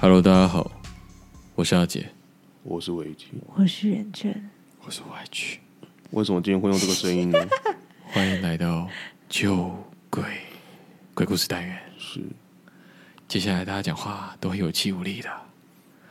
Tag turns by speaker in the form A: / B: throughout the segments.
A: Hello，大家好，我是阿杰，
B: 我是维基。
C: 我是元正，
A: 我是 YG，
B: 为什么今天会用这个声音呢？
A: 欢迎来到旧鬼鬼故事单元。
B: 是，
A: 接下来大家讲话都很有气无力的，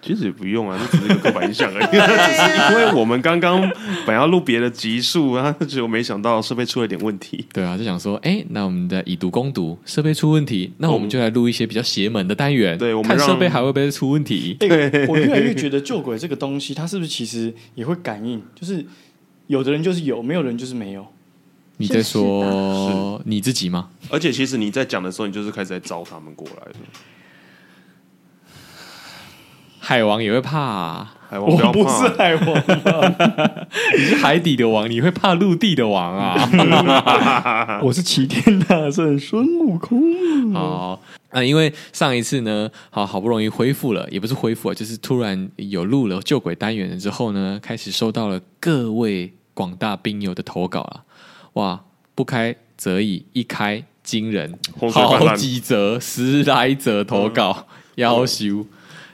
B: 其实也不用啊，这只是一个刻板印象而已。只是因为我们刚刚本来要录别的集数啊，结果没想到设备出了点问题。
A: 对啊，就想说，哎，那我们的以毒攻毒，设备出问题，那我们就来录一些比较邪门的单元，
B: 对我们
A: 看
B: 让
A: 设备还会不会出问题。
D: 欸我越来越觉得救鬼这个东西，它是不是其实也会感应？就是有的人就是有，没有人就是没有。
A: 你在
C: 是
A: 说你自己吗？
B: 而且其实你在讲的时候，你就是开始在招他们过来的。
A: 海王也会怕、啊，
B: 海王
D: 我
B: 哎要
D: 不
B: 怕啊
D: 是，海王，
A: 你是海底的王，你会怕陆地的王啊。
D: 我是齐天大圣孙悟空。
A: 好，那因为上一次呢，好好不容易恢复了，也不是恢复啊，就是突然有录了救鬼单元了之后呢，开始收到了各位广大兵友的投稿啊，哇，不开则已，一开惊人，
B: 洪水泛滥
A: 好几则， 十来则投稿，要修。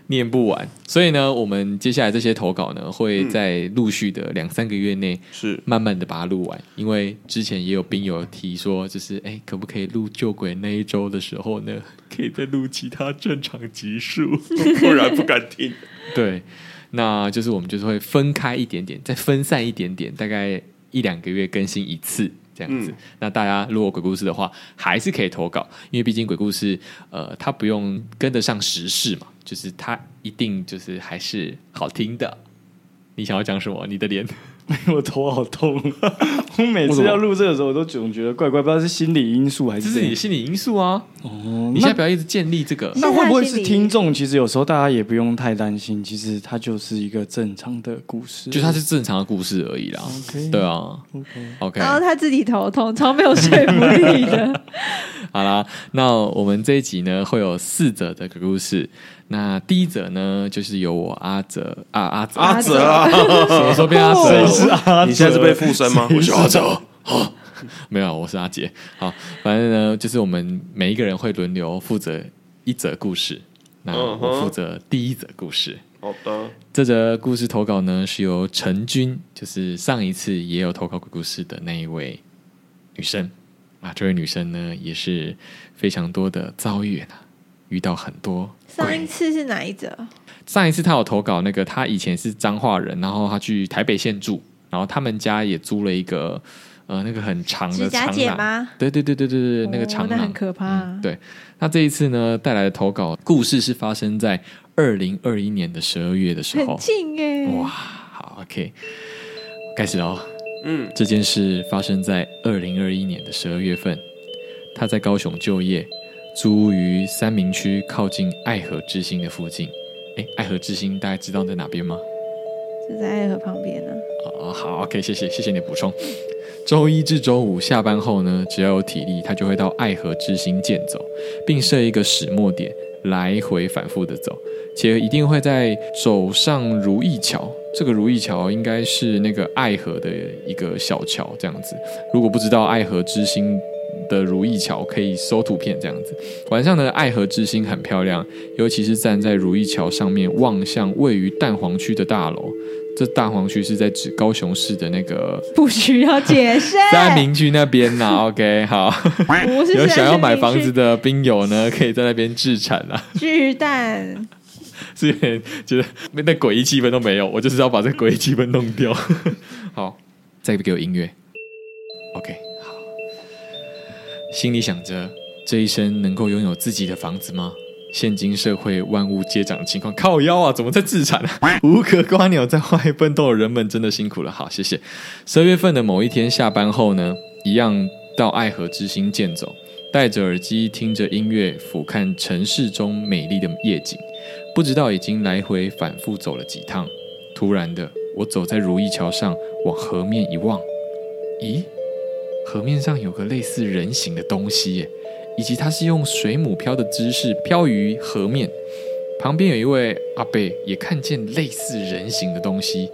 A: 念不完，所以呢，我们接下来这些投稿呢，会在陆续的两三个月内
B: 是
A: 慢慢的把它录完，因为之前也有兵友提说，就是哎、诶可不可以录救鬼那一周的时候呢，可以再录其他正常集数？
B: 不然不敢听。
A: 对，那就是我们就是会分开一点点，再分散一点点，大概一两个月更新一次这样子。
B: 嗯
A: 那大家如果有鬼故事的话，还是可以投稿，因为毕竟鬼故事呃，它不用跟得上时事嘛，就是它一定就是还是好听的。你想要讲什么？你的脸？
D: 我头好痛，我每次要录这个时候，我都总觉得怪怪，不知道是心理因素还
A: 这
D: 是
A: 是
D: 怎
A: 你的
D: 样。
A: 心理因素啊！
D: 哦
A: 你现在不要一直建立这个。
D: 那会不会是听众？其实有时候大家也不用太担心，其实它就是一个正常的故事。
A: 就它是正常的故事而已啦。
D: OK
A: 对啊
D: OK，
A: ，OK，
C: 然后他自己头痛，超没有说服力 的。
A: 好啦，那我们这一集呢会有四则的鬼故事。那第一则呢，就是由我阿哲啊阿哲，
B: 阿哲啊，
A: 什么时候变阿哲？
D: 谁是阿哲？
B: 你现在是被附身 吗？我是阿哲。
A: 没有，我是阿杰。好，反正呢，就是我们每一个人会轮流负责一则故事。那
B: 嗯哼
A: 我负责第一则故事。
B: 好的，
A: 这则故事投稿呢是由陈君，就是上一次也有投稿鬼故事的那一位女生啊。这位女生呢也是非常多的遭遇啊，遇到很多
C: 上一
A: 鬼。
C: 次是哪一则？
A: 上一次她有投稿那个，她以前是彰化人，然后她去台北县住，然后他们家也租了一个呃那个很长的
C: 指甲
A: 长
C: 姐
A: 廊。
C: 吗？
A: 对对对对对对，那个
C: 哦
A: 长
C: 那
A: 廊
C: 很可怕啊。
A: 对，那这一次呢带来的投稿故事是发生在二零二一年的十二月的时候
C: 很。近哎。
A: 哇，好，OK，开始哦。
B: 嗯，
A: 这件事发生在二零二一年的十二月份，他在高雄就业，租屋于三明区靠近爱河之星的附近。哎，爱河之星大家知道在哪边吗？
C: 就在爱河旁边啊呢。
A: 哦，好，OK，谢谢，谢谢你的补充。周一至周五下班后呢，只要有体力，他就会到爱河之星健走，并设一个始末点，来回反复的走，且一定会在走上如意桥。这个如意桥应该是那个爱河的一个小桥，这样子。如果不知道爱河之星的如意桥，可以搜图片这样子。晚上的爱河之星很漂亮，尤其是站在如意桥上面望向位于蛋黄区的大楼。这大黄区是在指高雄市的那个
C: 不需要解释。
A: 三明区那边呐、OK，好，
C: 不是
A: 有想要买
C: 三明区
A: 房子的兵友呢，可以在那边置产啦、
C: 巨蛋，
A: 是有点觉得那诡异气氛都没有，我就是要把这诡异气氛弄掉。 好，再给我音乐。OK，好。心里想着，这一生能够拥有自己的房子吗？现今社会万物皆涨的情况，靠腰啊，怎么在自产啊？ 无壳瓜鸟在外奋斗的人们真的辛苦了。好，谢谢。十二月份的某一天下班后呢，一样到爱河之星健走，戴着耳机听着音乐，俯瞰城市中美丽的夜景。不知道已经来回反复走了几趟。突然的，我走在如意桥上，往河面一望，咦，河面上有个类似人形的东西耶，以及它是用水母漂的姿势漂于河面。旁边有一位阿贝也看见类似人形的东西。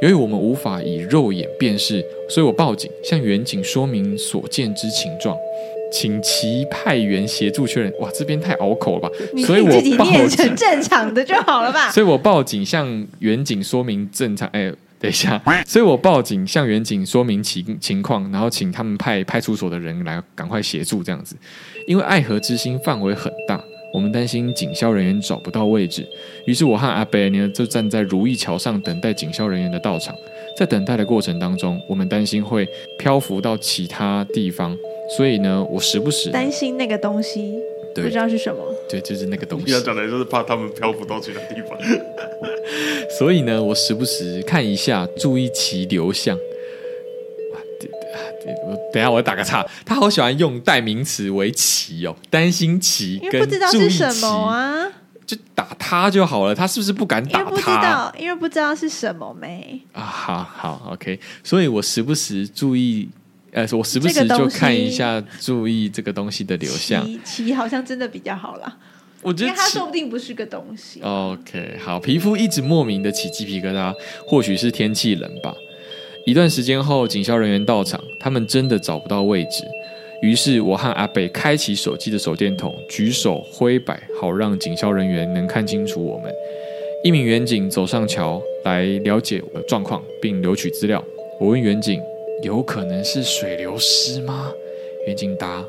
A: 由于我们无法以肉眼辨识，所以我报警向远景说明所见之情状。请其派员协助确认。哇，这边太拗口了吧？
C: 你
A: 所以
C: 自己
A: 我报
C: 念
A: 警
C: 成正常的就好了 吧？
A: 所以我报警向远警说明正常。哎、等一下，所以我报警向远警说明情情况，然后请他们派派出所的人来赶快协助这样子。因为爱河之心范围很大，我们担心警消人员找不到位置，于是我和阿贝呢就站在如意桥上等待警消人员的到场。在等待的过程当中，我们担心会漂浮到其他地方，所以呢，我时不时
C: 担心那个东西不
A: 对
C: 知道是什么，
A: 对，就是那个东西
B: 要。讲的就是怕他们漂浮到其他地方。
A: 所以呢，我时不时看一下，注意其流向。哇，对对对我等一下我打个岔，他好喜欢用代名词为“其”哦，担心其
C: 因为
A: 跟
C: 不知道
A: 注意
C: 是什
A: 其
C: 么，啊，
A: 就打他就好了。他是不是不敢
C: 因
A: 打
C: 为
A: 他？
C: 不知道，因为不知道是什么没。
A: 啊，好好，OK。所以我时不时注意，呃，我时不
C: 这
A: 时
C: 个东
A: 就
C: 西
A: 看一下，注意这个东西的流向。
C: 其其好像真的比较好啦，
A: 我觉
C: 因
A: 得
C: 为它
A: 其
C: 说不定不是个东西。
A: 哦 OK，好，皮肤一直莫名的起鸡皮疙瘩，或许是天气冷吧。一段时间后，警消人员到场，他们真的找不到位置，于是我和阿北开启手机的手电筒，举手挥摆，好让警消人员能看清楚我们。一名远警走上桥来了解我的状况，并留取资料。我问远警：“有可能是水流失吗？”远警答：“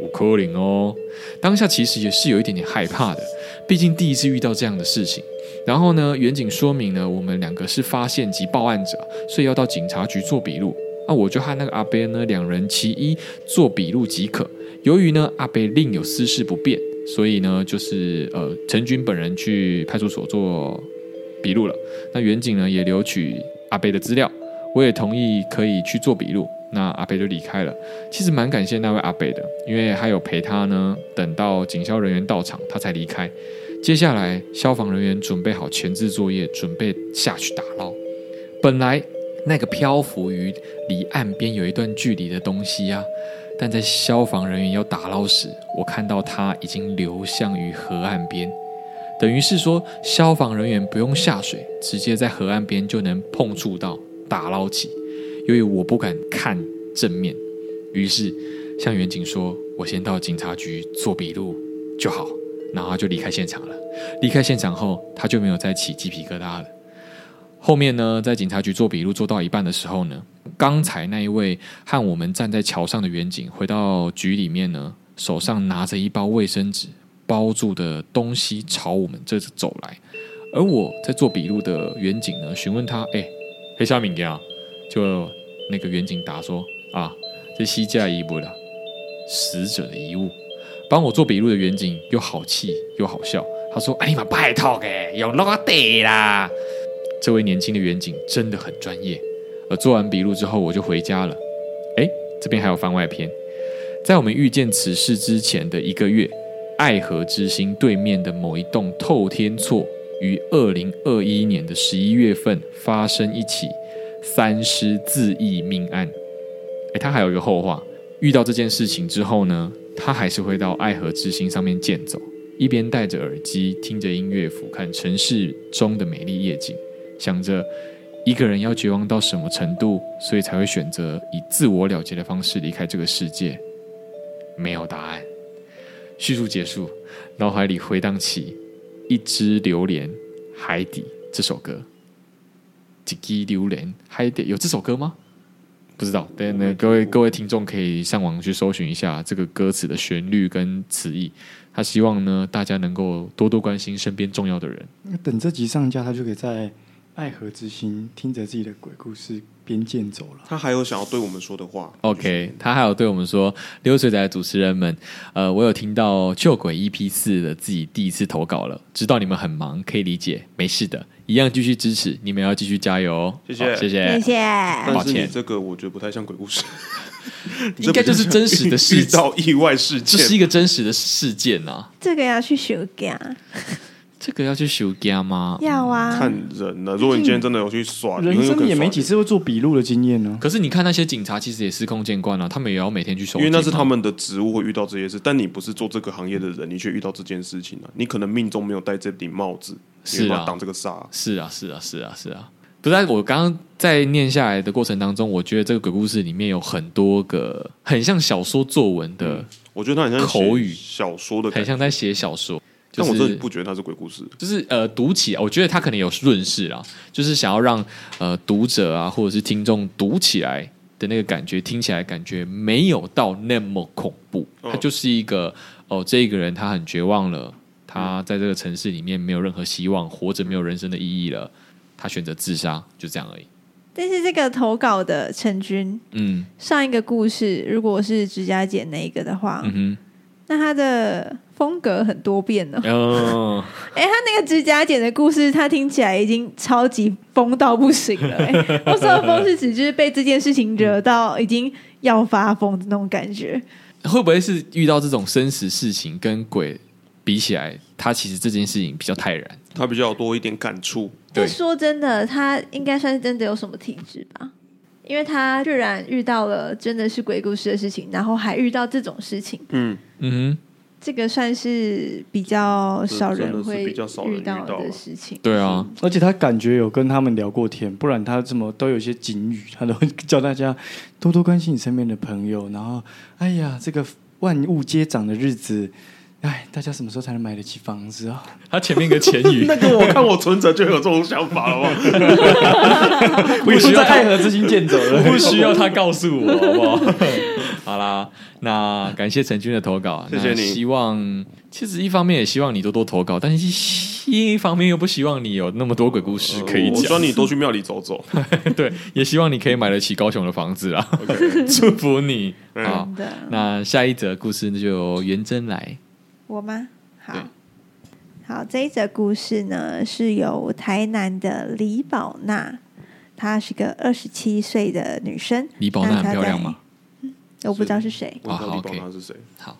A: 五颗零哦。”当下其实也是有一点点害怕的，毕竟第一次遇到这样的事情。然后呢，远景说明呢，我们两个是发现及报案者，所以要到警察局做笔录。那我就和那个阿贝呢，两人其一做笔录即可。由于呢，阿贝另有私事不便，所以呢，就是呃，陈军本人去派出所做笔录了。那远景呢，也留取阿贝的资料，我也同意可以去做笔录。那阿贝就离开了。其实蛮感谢那位阿北的，因为还有陪他呢，等到警消人员到场，他才离开。接下来，消防人员准备好前置作业，准备下去打捞。本来那个漂浮于离岸边有一段距离的东西啊，但在消防人员要打捞时，我看到它已经流向于河岸边。等于是说，消防人员不用下水，直接在河岸边就能碰触到打捞起。由于我不敢看正面，于是向远景说：“我先到警察局做笔录就好。”然后他就离开现场了。离开现场后，他就没有再起鸡皮疙瘩了。后面呢，在警察局做笔录做到一半的时候呢，刚才那一位和我们站在桥上的远景回到局里面呢，手上拿着一包卫生纸包住的东西朝我们这走来。而我在做笔录的远景呢，询问他：“哎、黑虾米呀？”就那个远景答说：“啊，这西架遗物啦，死者的遗物。帮我做笔录的远景又好气又好笑，他说：“哎呀妈，拜托哎，有落地啦！”这位年轻的远景真的很专业。而做完笔录之后，我就回家了。哎，这边还有番外篇。在我们遇见此事之前的一个月，爱河之心对面的某一栋透天厝，于二零二一年的十一月份发生一起三尸自缢命案。诶，他还有一个后话，遇到这件事情之后呢，他还是会到爱河之心上面健走，一边戴着耳机听着音乐，俯瞰城市中的美丽夜景，想着一个人要绝望到什么程度，所以才会选择以自我了结的方式离开这个世界。没有答案。叙述结束，脑海里回荡起《一只榴莲海底》这首歌。一支榴莲海底有这首歌吗？不知道，但呢，各位各位听众可以上网去搜寻一下这个歌词的旋律跟词义。他希望呢，大家能够多多关心身边重要的人。
D: 那等这集上架，他就可以在爱河之心听着自己的鬼故事边健走了。
B: 他还有想要对我们说的话
A: OK，他还有对我们说，流水仔的主持人们，呃，我有听到旧鬼 EP 四的自己第一次投稿了，知道你们很忙，可以理解，没事的，一样继续支持，你们要继续加油哦，
B: 谢谢
A: 好谢
C: 谢
A: 谢，
C: 谢。
B: 但是
A: 抱
B: 你
A: 歉
B: 这个我觉得不太像鬼故 事，
A: 应该就是真实的
B: 遇
A: 事件，
B: 到意外事
A: 这是
B: 件。
A: 一个真实的事件啊，
C: 这个要去修改，
A: 嗯这个要去修家吗？
C: 要啊，
B: 看人呢，如果你今天真的有去耍，哦
D: 人
B: 你有可
D: 生
B: 能
D: 也没
B: 耍
D: 几次会做笔录的经验呢、
A: 可是你看那些警察其实也司空见惯了、他们也要每天去收集
B: 因
A: 嘛，
B: 为那是他们的职务会遇到这些事，但你不是做这个行业的人，你却遇到这件事情啊！你可能命中没有戴这顶帽子，
A: 是啊
B: 你没办法挡这个煞、
A: 是啊，是啊，是啊，是啊。不是啊，我刚刚在念下来的过程当中，我觉得这个鬼故事里面有很多个很像小说作文的，
B: 我觉得它很像写
A: 口语
B: 小说的感
A: 很
B: 觉，
A: 像在写小说。就
B: 但我真的
A: 是
B: 不觉得它是鬼故事。
A: 就是呃，读起来，我觉得他可能有润饰啦，就是想要让呃读者啊或者是听众读起来的那个感觉，听起来感觉没有到那么恐怖，
B: 嗯
A: 它就是一个哦，这个人他很绝望了，
B: 嗯
A: 他在这个城市里面没有任何希望，活着没有人生的意义了，他选择自杀，就这样而已。
C: 但是这个投稿的陈军，
A: 嗯
C: 上一个故事如果是指甲姐那一个的话，
A: 嗯
C: 那他的风格很多变呢、
A: 哼，哦，
C: 哎、他那个指甲剪的故事，他听起来已经超级疯到不行 了、哎我说的疯是指就是被这件事情惹到已经要发疯的那种感觉。
A: 会不会是遇到这种生死事情跟鬼比起来，他其实这件事情比较泰然？
B: 它比较多一点感触，
A: 对
C: 但说真的，他应该算是真的有什么体质吧，因为他居然遇到了真的是鬼故事的事情，然后还遇到这种事情，
B: 嗯，
A: 嗯哼，
C: 这个算是比较少人
B: 这真的
C: 会
B: 是比较少人
C: 遇到
B: 遇到
C: 的
B: 了
C: 事情。
A: 对啊。
D: 而且他感觉有跟他们聊过天，不然他怎么都有一些警语，他都会叫大家多多关心你身边的朋友。然后，哎呀，这个万物皆涨的日子，哎，大家什么时候才能买得起房子啊？
A: 他前面一个前语，
B: 那个我看我存折就有这种想法 了吗？
A: 不
D: 我
A: 需
D: 是
A: 要
D: 在爱河 之心剑走了。
A: 不需要他告诉我，好不好？ 好啦，那感谢陈军的投稿，啊
B: 谢谢
A: 那
B: 你
A: 希望其实一方面也希望你多多投稿，但是一方面又不希望你有那么多鬼故事可以
B: 哦我希
A: 讲，
B: 望你多去庙里走走。
A: 对，也希望你可以买得起高雄的房子 啊！祝福你
B: 嗯
A: 好，
C: 真的，
A: 那下一则故事那就由元真来，
C: 我吗？好
A: 对，
C: 好，这一则故事呢是由台南的李宝娜，她是个二十七岁的女生。
A: 李宝娜很漂亮吗？
C: 我不知道是谁，
B: 我到底
A: 好
B: 宝
A: OK
B: 他是谁？
A: 好，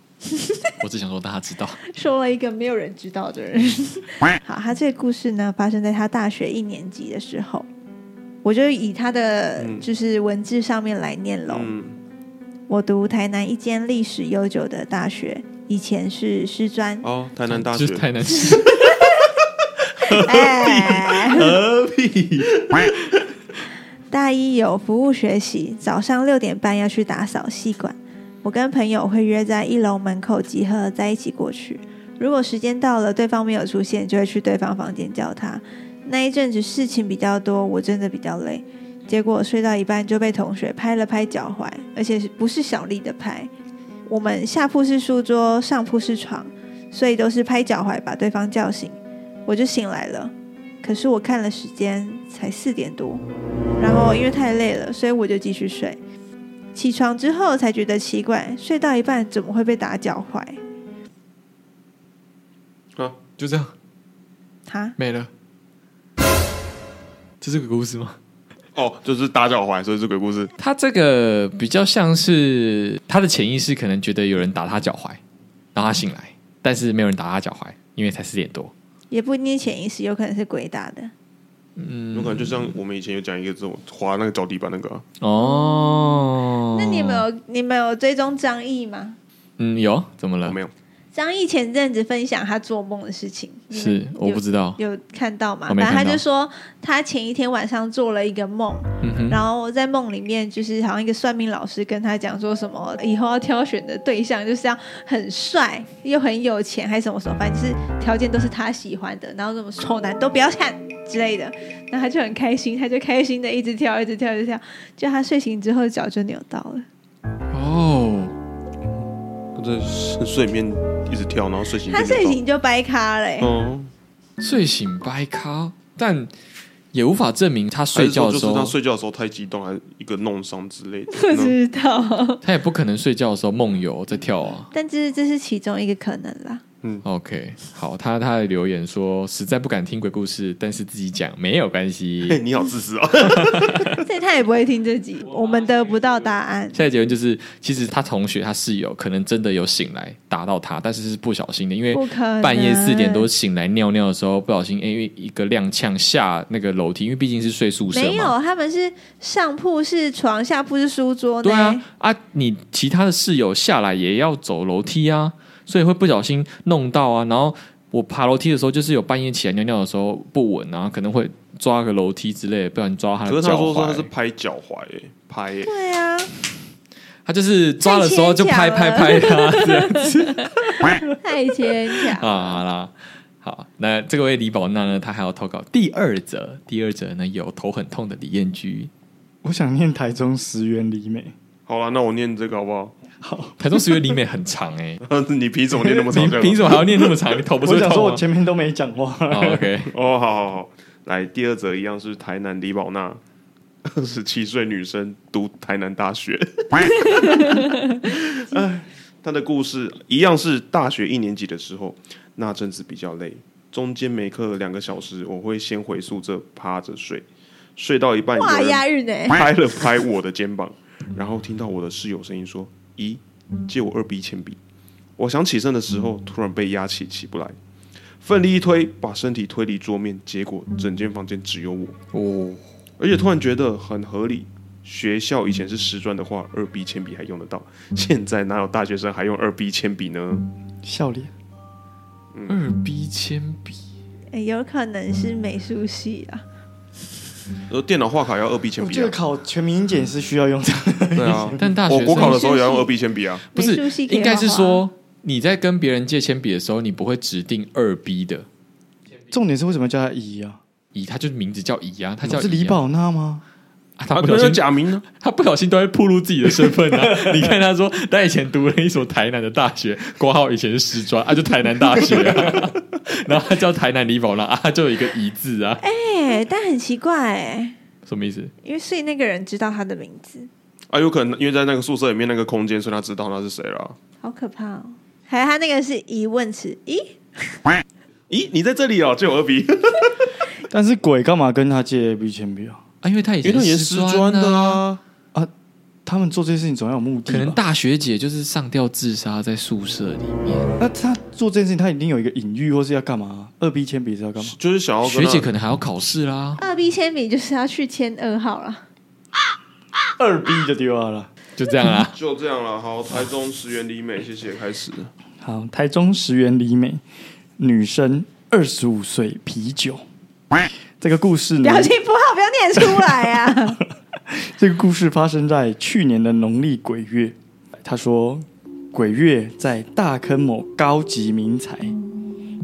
A: 我只想说大家知道，
C: 说了一个没有人知道的人。好，她这个故事呢发生在她大学一年级的时候。我就以她的
B: 嗯
C: 就是文字上面来念喽。
B: 嗯，
C: 我读台南一间历史悠久的大学，以前是师专。
B: 哦，台南大
A: 就
B: 学
A: 是，台南
C: 哎，
B: 何必？
C: 大一有服务学习，早上六点半要去打扫系馆。我跟朋友会约在一楼门口集合，在一起过去。如果时间到了，对方没有出现，就会去对方房间叫他。那一阵子事情比较多，我真的比较累，结果睡到一半就被同学拍了拍脚踝，而且是不是小力的拍。我们下铺是书桌，上铺是床，所以都是拍脚踝把对方叫醒。我就醒来了，可是我看了时间才四点多。然后因为太累了，所以我就继续睡。起床之后才觉得奇怪，睡到一半怎么会被打脚踝？
B: 啊
A: 就这样
C: 哈，
A: 没了，这是个故事吗？
B: 哦，就是打脚踝，所以是鬼故事。
A: 他这个比较像是他的潜意识可能觉得有人打他脚踝，然后他醒来，但是没有人打他脚踝，因为才四点多。
C: 也不一定潜意识，有可能是鬼打的。
A: 哦
B: 有可能就像我们以前有讲一个这种滑那个脚底板那个啊，
A: 哦，
C: 那你们？有你们有追踪张毅吗？
A: 嗯，有怎么了
B: 我？没有，
C: 张毅前阵子分享他做梦的事情，你们
A: 是我
C: 有
A: 不知道。
C: 有看到
A: 我
C: 吗？反
A: 没
C: 正
A: 看
C: 他
A: 到
C: 就说他前一天晚上做了一个梦，
A: 嗯哼，
C: 然后在梦里面，就是好像一个算命老师跟他讲说什么，以后要挑选的对象就是要很帅又很有钱，还是什么什么，反正就是条件都是他喜欢的，然后什么丑男都不要看之类的。 然后他就很开心，他就开心的一直跳，一直跳，一直跳。就他睡醒之后脚就扭到了，
A: 哦，
B: 我在睡眠一直跳，然后睡醒就
C: 他
B: 扭到
C: 睡，醒就掰咖嘞、
A: 哦
B: 嗯，
A: 睡醒掰咖，但也无法证明他
B: 还
A: 睡
B: 是
A: 觉的
B: 说就
A: 时
B: 是
A: 候，
B: 他睡觉的时候太激动，还是一个弄伤之 类的。嗯
C: 不
B: 那
C: 知道，
A: 他也不可能睡觉的时候梦游在跳啊。
C: 但这是这是其中一个可能啦。
A: OK，好，他他的留言说实在不敢听鬼故事，但是自己讲没有关系。
B: 嘿，你好自私哦！
C: 这他也不会听这集，我们得不到答案。
A: 下一结论就是，其实他同学他室友可能真的有醒来打到他，但是是不小心的，因为
C: 不可能
A: 半夜四点多醒来尿尿的时候，不小心因为一个踉跄下那个楼梯，因为毕竟是睡宿舍
C: 没
A: 嘛。
C: 有，他们是上铺是床，下铺是书桌呢。
A: 对啊，啊，你其他的室友下来也要走楼梯啊，所以会不小心弄到啊，然后我爬楼梯的时候，就是有半夜起来尿尿的时候不稳啊，可能会抓个楼梯之类的，不然抓他
B: 可
A: 的
B: 是
A: 脚
B: 他说说他是
A: 踝。
B: 拍脚踝、欸，拍、欸，
C: 对啊，
A: 他就是抓的时候就拍拍拍他这样子
C: 太牵 强了。
A: 啊，好啦，好，那这位李宝娜呢，她还要投稿第二则，第二则呢有头很痛的李彦居，
D: 我想念台中石原里美，
B: 好了，那我念这个好不好？
A: 台中十月里美很长哎、
B: 你凭什么念那么长啊
A: 你？凭
B: 么？
A: 什么还要念那么长？你头不是啊会
D: 我想说
A: 痛
D: 我
A: 吗、
D: 前面都没讲话，
A: 哦、？OK，
B: 哦，好好好，来第二则一样是台南李宝娜，二十七岁女生读台南大学。哎她的故事一样是大学一年级的时候，那阵子比较累，中间没课两个小时，我会先回宿舍趴着睡，睡到一半有
C: 哇，
B: 人
C: 押韵呢、
B: 拍了拍我的肩膀，然后听到我的室友声音说：“咦，借我二 B 铅笔。”我想起身的时候，突然被压起起不来，奋力一推，把身体推离桌面，结果整间房间只有我，
A: 哦，
B: 而且突然觉得很合理。学校以前是师专的话，二 B 铅笔还用得到，现在哪有大学生还用二 B 铅笔呢？
A: 嗯
D: 笑脸。
A: 二 B 铅笔，
C: 哎有可能是美术系啊。
B: 呃，电脑画卡要二 B 铅
D: 我
B: 笔
D: 觉得
B: 啊，
D: 考全民英检是需要用这个，
B: 对啊，
A: 但大学
B: 我
A: 生
B: 国考的时候也要用二 B 铅笔啊，
A: 不
C: 美术
A: 是
C: 系可以
A: 应该是
C: 画画
A: 说你在跟别人借铅笔的时候，你不会指定二 B 的。
D: 重点是为什么叫他姨啊？
A: 乙，他就是名字叫乙啊，他
B: 哦
D: 不
A: 叫
D: 是
A: 乙
D: 李
A: 啊、
D: 宝娜吗？
A: 啊他
B: 啊，
A: 不
B: 可能
A: 小
B: 有
A: 心
B: 假名呢。
A: 他不小心都会暴露自己的身份 啊！你看他说他以前读了一所台南的大学，挂号以前是师专啊，就台南大学、 啊，然后他叫台南李宝拉啊，他就有一个乙字啊，
C: 哎、但很奇怪哎、
A: 什么意思？
C: 因为所以那个人知道他的名字，
B: 啊，有可能因为在那个宿舍里面那个空间，所以他知道他是谁了啊。
C: 好可怕哦。还有他那个是疑问词，咦，
B: 咦，你在这里哦，就有二 B，
D: 但是鬼干嘛跟他借 A B 铅笔啊？
A: 啊，因为他以
B: 因为
A: 前
B: 他也是
A: 师
B: 专的
A: 啊，
B: 啊。
D: 他们做这些事情总要有目的吧。
A: 可能大学姐就是上吊自杀在宿舍里面，
D: 那他做这件事情，他一定有一个隐喻，或是要干嘛啊？二 B 铅笔是要干嘛？
B: 就是想要跟
A: 学
B: 他
A: 姐可能还要考试啦。
C: 二 B 铅笔就是要去签二号
A: 嗯
C: 了。
D: 二 B 就丢了啦。
A: 就这样啊啦。
B: 就这样了。好，台中石原里美，谢谢，开始。
D: 好，台中石原里美，女生，二十五岁，啤酒。这个故事呢
C: 表，情符号不要念出 来啊！
D: 这个故事发生在去年的农历鬼月。他说，鬼月在大坑某高级名财，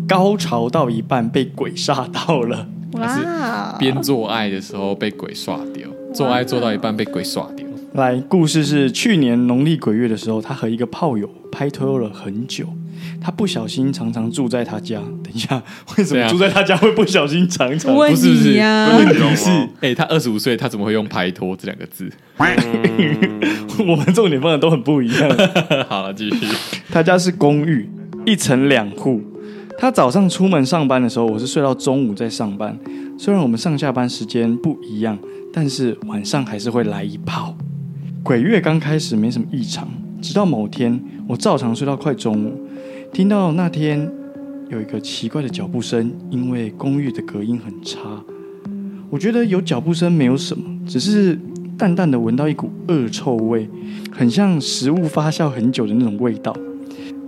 D: 高潮到一半被鬼吓到了。
C: 哇，哦
A: 边做爱的时候被鬼耍掉，做爱做到一半被鬼耍掉。
D: 来，故事是去年农历鬼月的时候，他和一个炮友拍拖了很久。他不小心常常住在他家。等一下，为什
A: 对
D: 么
A: 啊
D: 住在他家会不小心常常？
A: 不是不是，
B: 不
C: 啊
B: 是
A: 问
B: 你懂
A: 题
B: 吗
A: 是，哎、他二十五岁，他怎么会用拍拖这两个字？
B: 嗯
D: 我们重点放的都很不一样。
A: 好了，继续。
D: 他家是公寓，一层两户。他早上出门上班的时候，我是睡到中午再上班。虽然我们上下班时间不一样，但是晚上还是会来一炮。鬼月刚开始没什么异常，直到某天我照常睡到快中午，听到那天有一个奇怪的脚步声，因为公寓的隔音很差，我觉得有脚步声没有什么，只是淡淡的闻到一股恶臭味，很像食物发酵很久的那种味道。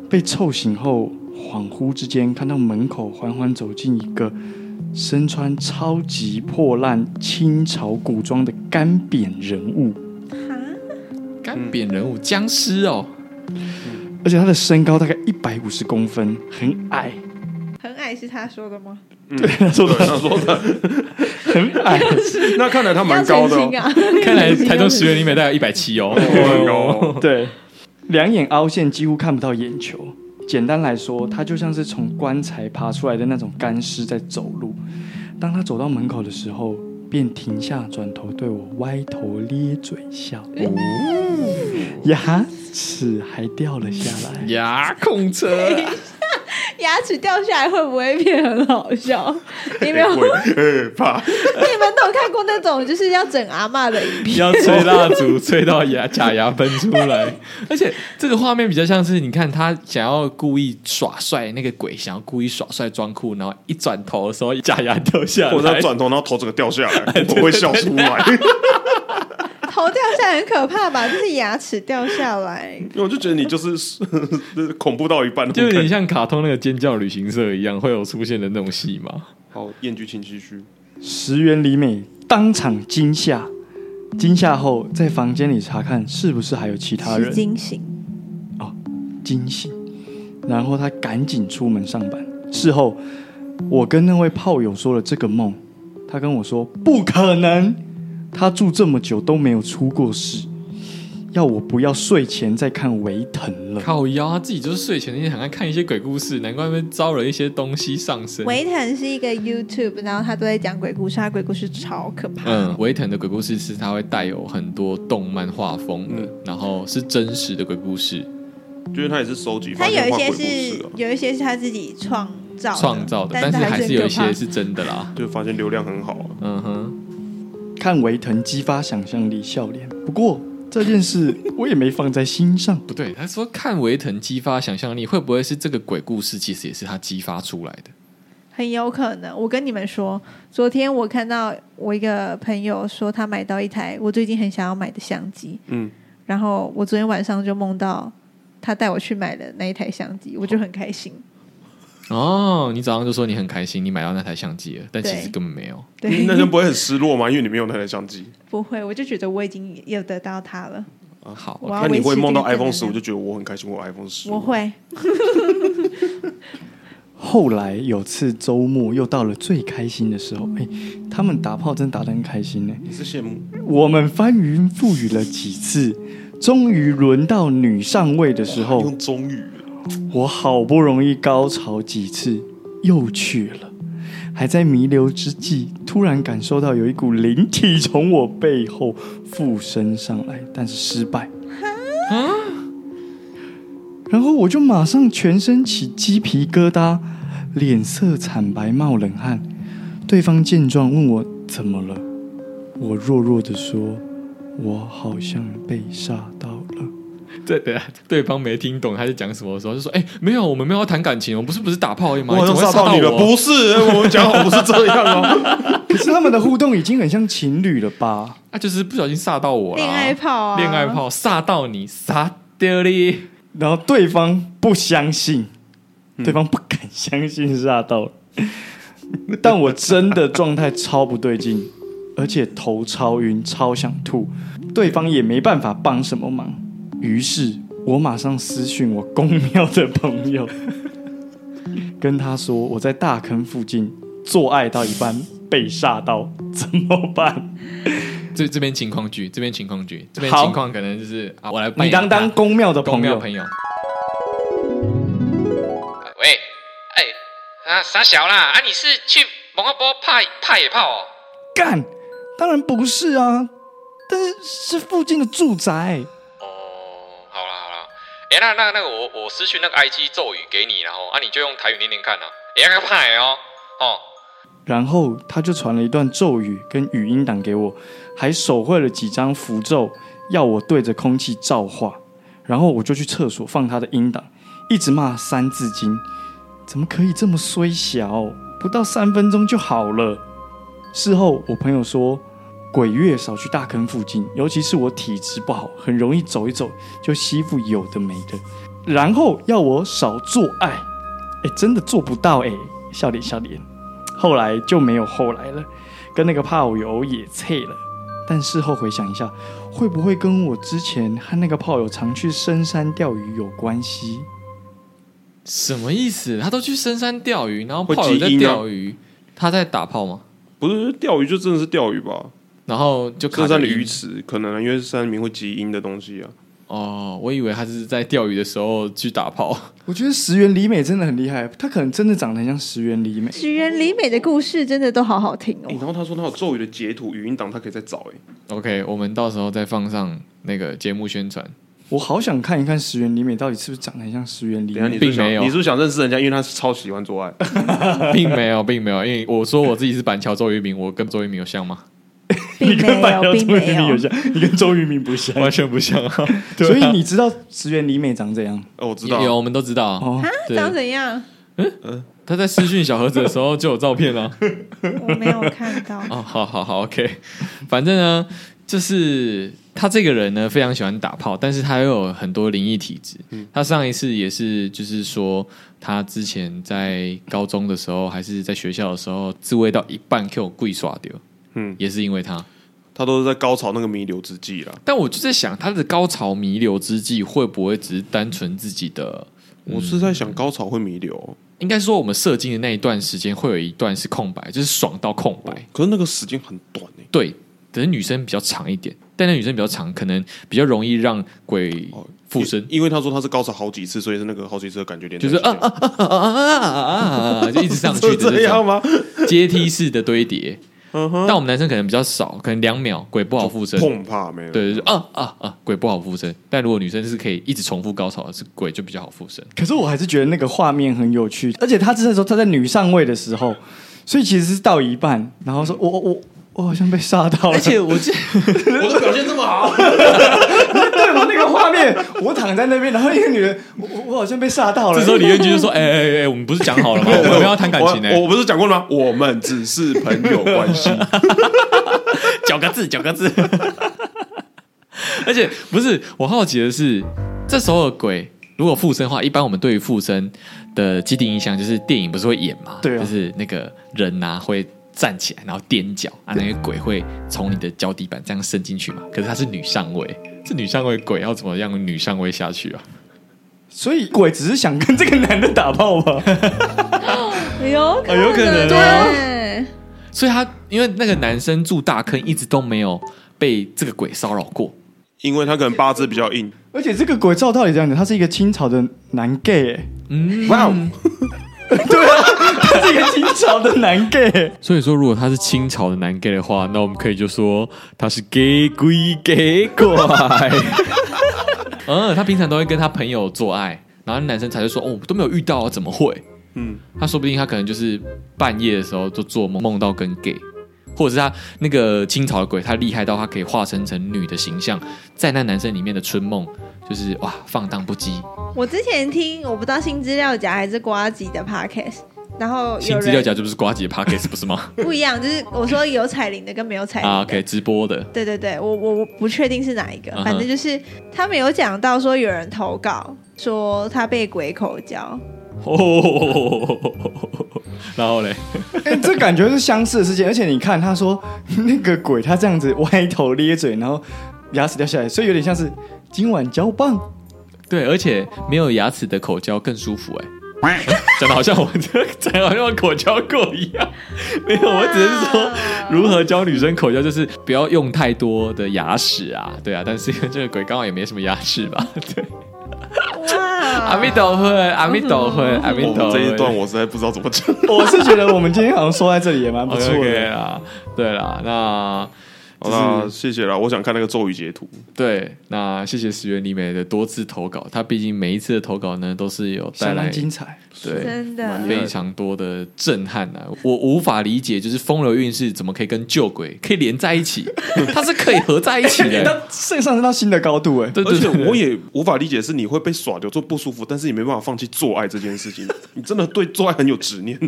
D: 被臭醒后，恍惚之间看到门口缓缓走进一个身穿超级破烂清朝古装的干扁人物，
A: 干扁人物僵尸哦，
D: 而且他的身高大概一百五十公分，很矮，
C: 很矮是他说的吗？
B: 对，
D: 他说的
B: 他说的，
D: 很矮。
B: 那看来 他蛮高的
C: 要
B: 哦
C: 澄，清啊！
A: 看来台中石原里美大概一百七 哦。
C: 啊
B: 很高 哦。
D: 对，两眼凹陷，几乎看不到眼球。简单来说，他就像是从棺材爬出来的那种干尸在走路。当他走到门口的时候，便停下，转头对我歪头咧嘴笑，牙齿还掉了下来。
A: 牙控 车，
C: 牙齿掉下来会不会变很 好笑？你们有
B: 会，呃怕
C: 你们都有看过那种就是要整阿嬷的 影片？
A: 要吹蜡烛吹到牙假牙分出 来，而且这个画面比较像是你看他想要故意耍帅，那个鬼想要故意耍帅装酷，然后一转头的时候假牙掉下来， 哎
B: 我在转头，然后头整个掉下来，我会笑出来。
C: 头掉下来很可怕吧？就是牙齿掉下来，
B: 因为我就觉得你就是 恐怖到一半，
A: 就有点像卡通那个尖叫旅行社一样，会有出现的那种戏嘛。
B: 好厌居情绪虚，
D: 石原里美当场惊吓，惊吓后在房间里查看是不是还有其他
C: 吃
D: 人
C: 惊醒。
D: 惊醒，然后他赶紧出门上班。事后，我跟那位炮友说了这个梦，他跟我说不可能，他住这么久都没有出过事，要我不要睡前再看维腾了。
A: 靠腰，他自己就是睡前那天很爱看一些鬼故事，难怪会招惹一些东西上身。
C: 维腾是一个 YouTube，然后他都在讲鬼故事，他鬼故事超可怕。
A: 嗯，维腾的鬼故事是它会带有很多动漫画风的，然后是真实的鬼故事
B: 就是他也是收集，
C: 他
B: 发
C: 有
B: 现
C: 一
B: 画鬼
C: 些
B: 故事
C: 是
B: 啊，
C: 有一些是他自己创造
A: 创造的，但
C: 但
A: 是还
C: 是
A: 是有一
C: 很可
A: 些
C: 怕
A: 是真的 啦。
B: 就发现流量很好啊。
A: 嗯哼，
D: 看维腾激发想象力，笑脸。不过这件事我也没放在心上。
A: 不对，他说看维腾激发想象力，会不会是这个鬼故事其实也是他激发出来的？
C: 很有可能。我跟你们说，昨天我看到我一个朋友说他买到一台我最近很想要买的相机，
B: 嗯，
C: 然后我昨天晚上就梦到他带我去买了那一台相机，我就很开心。
A: 哦，你早上就说你很开心，你买到那台相机了，但其
C: 对
A: 实根本没有。
C: 对，
B: 那人不会很失落吗？因为你没有那台相机，
C: 不会，我就觉得我已经有得到它了。
A: 好，
C: 我要
B: 那你会梦到
C: 维持这个
B: iPhone 十，
C: 能
B: 我
C: 量
B: 就觉得我很开心，我有 iPhone 十。
C: 我会，
D: 后来有次周末又到了最开心的时候，哎，他们打炮真打得很开心呢、
B: 你是羡慕？
D: 我们翻云覆雨了几次，终于轮到女上位的时候
B: 用，中语，
D: 我好不容易高潮几次，又去了。还在弥留之际，突然感受到有一股灵体从我背后附身上来，但是失败。然后我就马上全身起鸡皮疙瘩，脸色惨白，冒冷汗。对方见状问我怎么了，我弱弱的说：“我好像被吓到了。”
A: 对对啊，对方没听懂他在讲什么的时候，就说：“哎、没有，我们没有要谈感情，我们不是不是打炮而已吗？
B: 我啊好
A: 你怎么会
B: 像吓
A: 吓
B: 到你了，
A: 我
B: 不是？哎我们讲好 不是这 样哦。
D: 可是他们的互动已经很像情侣了吧？
A: 啊，就是不小心吓到我啦
C: 恋爱、炮啊，
A: 恋爱，炮吓到你，杀掉你。
D: 然后对方不相信，对方不敢相信吓到了。但我真的状态超不对劲，而且头超晕，超想吐，对方也没办法帮什么忙。于是我马上私讯我公庙的朋友，跟他说我在大坑附近做爱到一半被吓到，怎么办？
A: 这这边情况剧，这边情况剧，这边
D: 好
A: 情况可能就是啊，我来扮
D: 你
A: 演
D: 当当
A: 他
D: 公庙的
A: 公
D: 朋
A: 庙
D: 友
A: 朋，友。
E: 喂，哎、啊，傻小啦，啊，你是去蒙阿波怕怕野炮哦？
D: 干，当然不是啊，但是是附近的住宅。
E: 哦，好啦好啦，哎、那那那个我我私讯那个 IG 咒语给你啦吼，然后啊，你就用台语念念看啦、啊，哎、那个怕的哦，哦，
D: 然后他就传了一段咒语跟语音档给我，还手绘了几张符咒，要我对着空气造化。然后我就去厕所放他的音档，一直骂《三字经》，怎么可以这么衰小？不到三分钟就好了。事后我朋友说，鬼月少去大坑附近，尤其是我体质不好，很容易走一走就吸附有的没的。然后要我少做爱，哎，真的做不到哎，笑脸笑脸。后来就没有后来了，跟那个炮友也脆了。但事后回想一下，会不会跟我之前和那个炮友常去深山钓鱼有关系？
A: 什么意思？他都去深山钓鱼，然后
B: 会
A: 炮友
B: 基
A: 在
B: 因啊
A: 钓鱼，他在打炮吗？
B: 不是钓鱼就真的是钓鱼吧？
A: 然后就卡
B: 深山
A: 着
B: 的
A: 音
B: 鱼池可能啊因为山里面会基因的东西啊，
A: 哦，我以为他是在钓鱼的时候去打炮。
D: 我觉得石原里美真的很厉害，她可能真的长得很像石原里美。
C: 石原里美的故事真的都好好听
B: 欸
C: 哦。
B: 然后他说他有咒语的截图语音档，他可以再找哎、欸
A: OK，我们到时候再放上那个节目宣传。
D: 我好想看一看石原里美到底是不是长得很像石原里
B: 等一下你是
D: 美。
B: 不是
A: 并没有
B: 想，你是不是想认识人家？因为他是超喜欢 做爱，
A: 并没有，并没有，因为我说我自己是板桥周渝民，我跟周渝民有像吗？
C: 并没
D: 跟白
C: 有，
D: 瑶
C: 并
D: 周渝
C: 没
D: 民
C: 有
D: 有。像，你跟周渝民不像。
A: 完全不像啊！对啊
D: 所以你知道石原里美长怎样？
B: 哦，我知道
A: 有，有，我们都知道啊。
D: 哦，
A: 对，
C: 长怎样？
A: 他在私讯小盒子的时候就有照片啊。
C: 我没有看 到。
A: 哦哦，好好好，OK。反正呢，就是他这个人呢，非常喜欢打炮，但是他又有很多灵异体质。他上一次也是，就是说他之前在高中的时候，还是在学校的时候，自慰到一半给我跪耍掉，
B: 嗯，
A: 也是因为他。
B: 他都是在高潮那个弥留之际啦。
A: 但我就在想，他的高潮弥留之际，会不会只是单纯自己的？
B: 我是在想高潮会弥留，
A: 应该说，我们射精的那一段时间，会有一段是空白，就是爽到空白。
B: 可是那个时间很短哎诶、
A: 对，可是女生比较长一点，但那女生比较长，可能比较容易让鬼
B: 哦
A: 附身，
B: 因因为他说他是高潮好几次，所以是那个好几次的感觉连在
A: 就
B: 一
A: 是啊
B: 起
A: 啊啊啊啊啊啊，就一直上去
B: 是
A: 的
B: 这样吗？
A: 阶梯式的堆叠。
B: 嗯哼，
A: 但我们男生可能比较少，可能两秒鬼不好附身，
B: 碰怕没了。
A: 对，就是啊啊啊，鬼不好附身。但如果女生是可以一直重复高潮的，是鬼就比较好附身。
D: 可是我还是觉得那个画面很有趣，而且他这时候他在女上位的时候，所以其实是到一半，然后说我我我我好像被杀到了，
A: 而且我这
B: 我的表现这么好，
D: 对我那个画面，我躺在那边，然后一个女人，我我我好像被杀到了，
A: 这时候李元吉就说：“哎哎哎，我们不是讲好了吗？我们要谈感情呢
B: 我，我不是讲过了吗？我们只是朋友关 系。
A: 九个字，九 个字。而且不是我好奇的是，这时候的鬼如果附身的话，一般我们对于附身的既定印象就是电影不是会演嘛，
D: 对啊
A: 就是那个人呐、会站起来，然后踮脚啊，那个鬼会从你的脚底板这样伸进去嘛。可是它是女上位，这女上位鬼要怎么样女上位下去啊？
D: 所以鬼只是想跟这个男的打炮吧？
C: 有可能，
A: 哦有可能
C: 对，
A: 所以他因为那个男生住大坑，一直都没有被这个鬼骚扰过。
B: 因为他可能八字比较硬，
D: 而且这个鬼照道理这样讲，他是一个清朝的男 gay，、欸、
A: 嗯，
B: 哇、哦
D: 对啊，他是一个清朝的男 gay，、欸、
A: 所以说，如果他是清朝的男 gay 的话，那我们可以就说他是 gay 鬼 gay 怪。嗯，他平常都会跟他朋友做爱，然后男生才会说：“哦，都没有遇到啊，怎么会
B: 嗯，？”
A: 他说不定他可能就是半夜的时候就做梦，梦到跟 gay，或者是他那个清朝的鬼，他厉害到他可以化身成女的形象，在那男生里面的春梦，就是哇放荡不羁。
C: 我之前听我不知道新资料夹还是瓜吉的 podcast，然后有
A: 新资料
C: 人
A: 夹就是瓜姐 pockets 不是 吗？
C: 不一样，就是我说有彩铃的跟没有彩铃
A: 啊
C: 的。
A: ，OK，直播的，
C: 对对对，我我我不确定是哪一个
A: 嗯哼
C: 反正就是他们有讲到说有人投稿说他被鬼口交，
A: 哦，然后嘞。
D: 哎这感觉是相似的事件。而且你看，他说那个鬼他这样子歪头咧嘴，然后牙齿掉下来，所以有点像是今晚交棒。
A: 对，而且没有牙齿的口交更舒服哎、 讲的好像我讲的好像我口交过一样，没有，我只是说如何教女生口交，就是不要用太多的牙齿啊，对啊，但是因为这个鬼刚好也没什么牙齿吧， 对，
C: 哇，
A: 阿弥陀佛，阿弥陀佛，阿弥
B: 我
A: 陀
B: 们
A: 佛，
B: 这一段我实在不知道怎么讲。
D: 我是觉得我们今天好像说在这里也蛮不
A: OK
D: 错的。
A: OK 啦，对啦，那
B: 好啦，谢谢啦，我想看那个咒语截图。
A: 对，那谢谢石原里美的多次投稿，她毕竟每一次的投稿呢都是有带
D: 相
A: 来
D: 当精彩，
A: 对
C: 真
B: 蛮
C: 的
B: 厉害
A: 非常多的震撼啊！我无法理解，就是风流韵事怎么可以跟旧鬼可以连在一起？ 它是可以合在一起 的。
D: 他上上升到新的高度哎、
A: 对
B: 而
A: 对
B: 且
A: 对，
B: 我也无法理解，是你会被耍掉，做不舒服，但是你没办法放弃做爱这件事 情。你真的对做爱很有执念。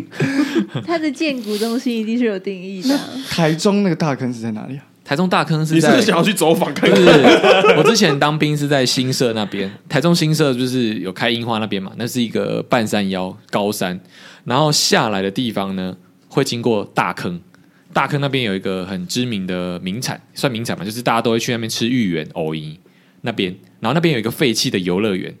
C: 他的建骨中心一定是有定义的啊。
D: 台中那个大坑是在哪里啊？
A: 台中大坑
B: 你
A: 是
B: 是
A: 在
B: 不是想要去走访看
A: 不
B: 看
A: 是？我之前当兵是在新社那边，台中新社就是有开樱花那边嘛，那是一个半山腰高山，然后下来的地方呢会经过大坑。大坑那边有一个很知名的名产，算名产嘛，就是大家都会去那边吃芋圆、藕泥那边，然后那边有一个废弃的游乐园，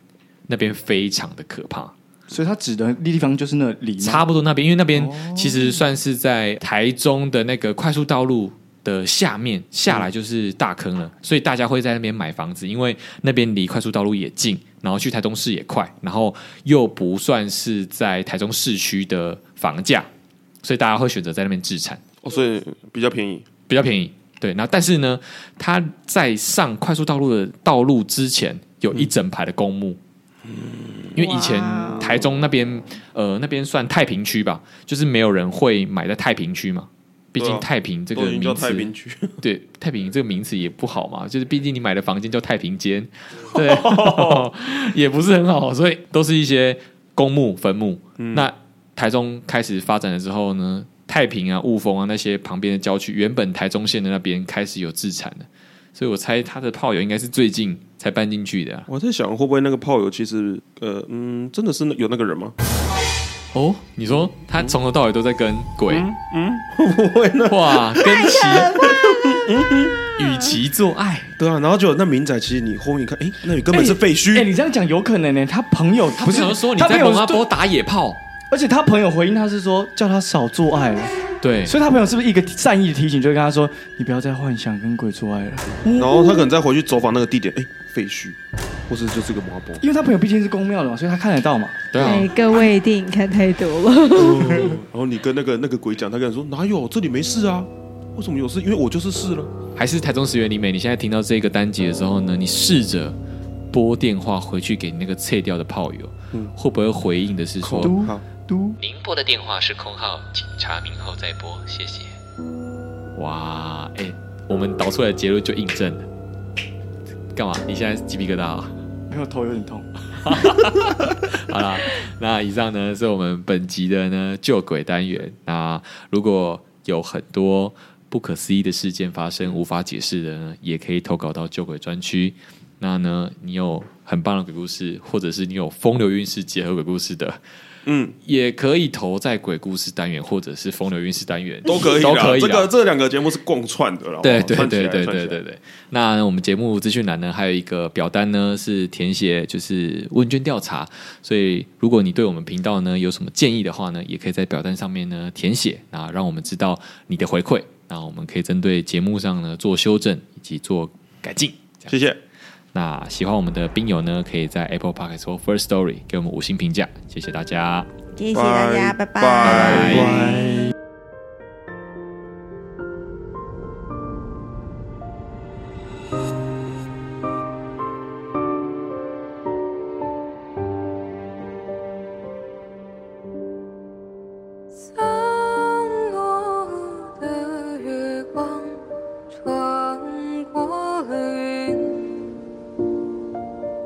A: 那边非常的可怕。
D: 所以他指的地方就是那里吗？哦
A: 差不多那边，因为那边其实算是在台中的那个快速道路的下面下来就是大坑了，所以大家会在那边买房子，因为那边离快速道路也近，然后去台中市也快，然后又不算是在台中市区的房价，所以大家会选择在那边置产，
B: 哦，所以比较便宜。
A: 比较便宜。对，那但是呢，它在上快速道路的道路之前有一整排的公墓，因为以前
C: 哇哦
A: 台中那边呃那边算太平区吧，就是没有人会买在太平区嘛。毕
B: 对
A: 竟
B: 啊
A: 太平这
B: 都
A: 个
B: 已经
A: 名
B: 叫
A: 词，
B: 太平区，
A: 对太平这个名词也不好嘛，就是毕竟你买的房间叫太平 间，对， 也不是很好，所以都是一些公墓、坟墓。
D: 嗯
A: 那台中开始发展了之后呢，太平啊、雾峰啊那些旁边的郊区，原本台中县的那边开始有自产了，所以我猜他的炮友应该是最近才搬进去的啊、
B: 我在想会不会那个炮友其实呃嗯，真的是那有那个人吗？
A: 哦，你说他从头到尾都在跟鬼？
D: 嗯
B: 不会呢。
A: 哇，跟其与其做爱，
B: 对啊，然后就那民仔，其实你后面看，哎，那你根本是废
D: 哎、
B: 墟。
D: 你这样讲有可能呢、他朋友
A: 他
D: 不
A: 不
D: 是
A: 是说你
D: 他
A: 在
D: 朋友
A: 蒙阿波
D: 对
A: 打野炮？
D: 而且他朋友回应他是说叫他少做爱了，
A: 对，
D: 所以他朋友是不是一个善意的提醒，就跟他说你不要再幻想跟鬼做爱了，
B: 然后他可能再回去走访那个地点，哎，废墟，或是就是一个麻包。
D: 因为他朋友毕竟是公庙的嘛，所以他看得到嘛。
A: 对啊，
F: 哎，各位一定看太多了。
A: 嗯
B: 然后你跟那个那个鬼讲，他跟你说哪有，这里没事啊。为什么有事？因为我就是试了。
A: 还是台中石原里美，你现在听到这个单集的时候呢，你试着拨电话回去给你那个撤掉的炮友，
D: 嗯
A: 会不会回应的是说
D: 嘟
B: 好
D: 嘟，
E: 您拨的电话是空号，请查明后再拨，谢谢。
A: 哇，哎、我们导出来的结论就印证了。干嘛？你现在鸡皮疙瘩啊？
D: 没有头有点痛。
A: 好啦，那以上呢是我们本集的呢救鬼单元。那如果有很多不可思议的事件发生，无法解释的呢，也可以投稿到救鬼专区。那呢，你有很棒的鬼故事，或者是你有风流韵事结合鬼故事的，
B: 嗯，
A: 也可以投在鬼故事单元或者是风流韵事单元，
B: 都可以啦，
A: 都可以啦。
B: 这个这两个节目是共串的啦。
A: 对
B: 好不
A: 对
B: 好
A: 对对。
B: 串起来
A: 对
B: 串起
A: 对
B: 来
A: 对。那呢我们节目资讯栏呢，还有一个表单呢，是填写就是问卷调查。所以如果你对我们频道呢有什么建议的话呢，也可以在表单上面呢填写，那让我们知道你的回馈，那我们可以针对节目上呢做修正以及做改进。这样
B: 谢谢，
A: 那喜欢我们的兵友呢，可以在 Apple Podcast 或 First Story 给我们五星评价，谢谢大家。
C: 谢谢大家，
B: 拜
C: 拜
B: 拜
D: 拜。
G: 散落的月光穿过云，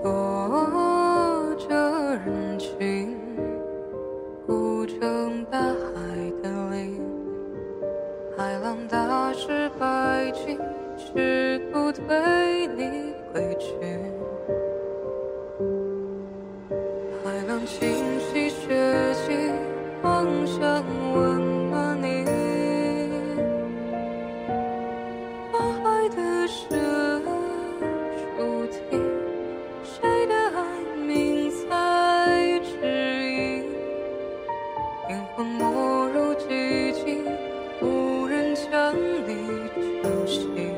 G: 落着人群，孤城大海的林，海浪打湿白裙，试图推你归去。海浪清洗血迹，妄想温暖你。花海的深处听，谁的爱名在指引？灵魂没入寂静，无人将你救醒。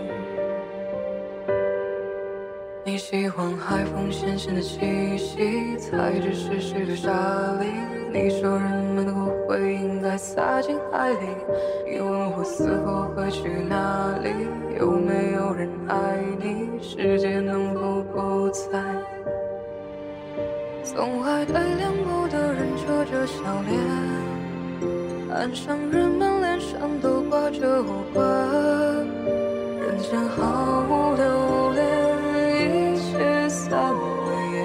G: 你喜欢海风咸咸的气息，踩着湿湿的沙粒。你说人们的骨灰应该撒进海里，你问我死后会去哪里？有没有人爱你？世界能否不再？总爱对恋过的人扯着笑脸，岸上人们脸上都挂着无关。人间毫无留恋，一切散了眼。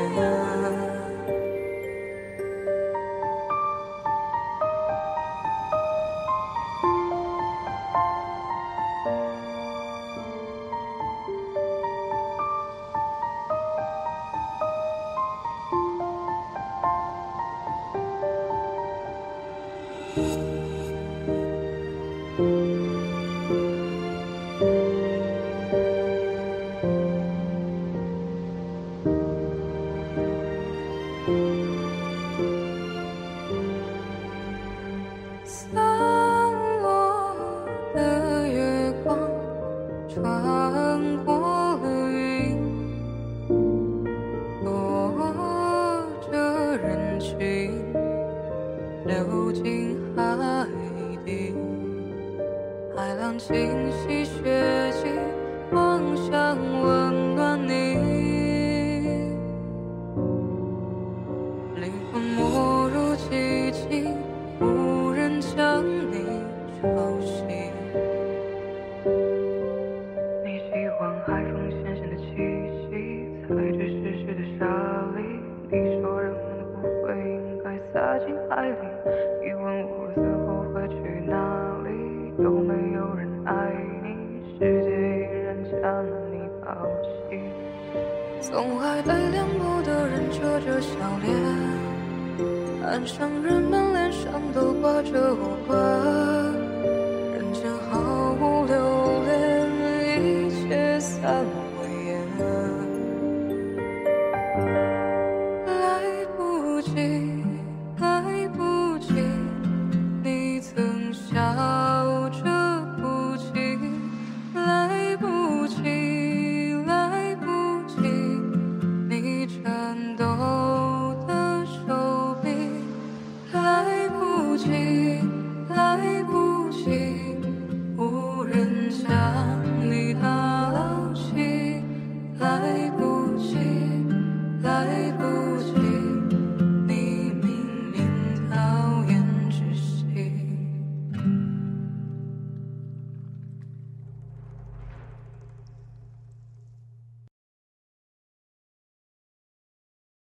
G: 散落的月光穿过云，躲着人群，流进海底。海浪清洗血迹，妄想温暖你。灵魂没入寂静，无人将你吵醒。你喜欢海风咸咸的气息，踩着湿湿的沙粒。你说人们的骨灰应该撒进海里，你问我死后会去哪里？有没有人爱你？世界依然将你总爱被恋慕的人遮着笑脸，岸上人们脸上都挂着无关。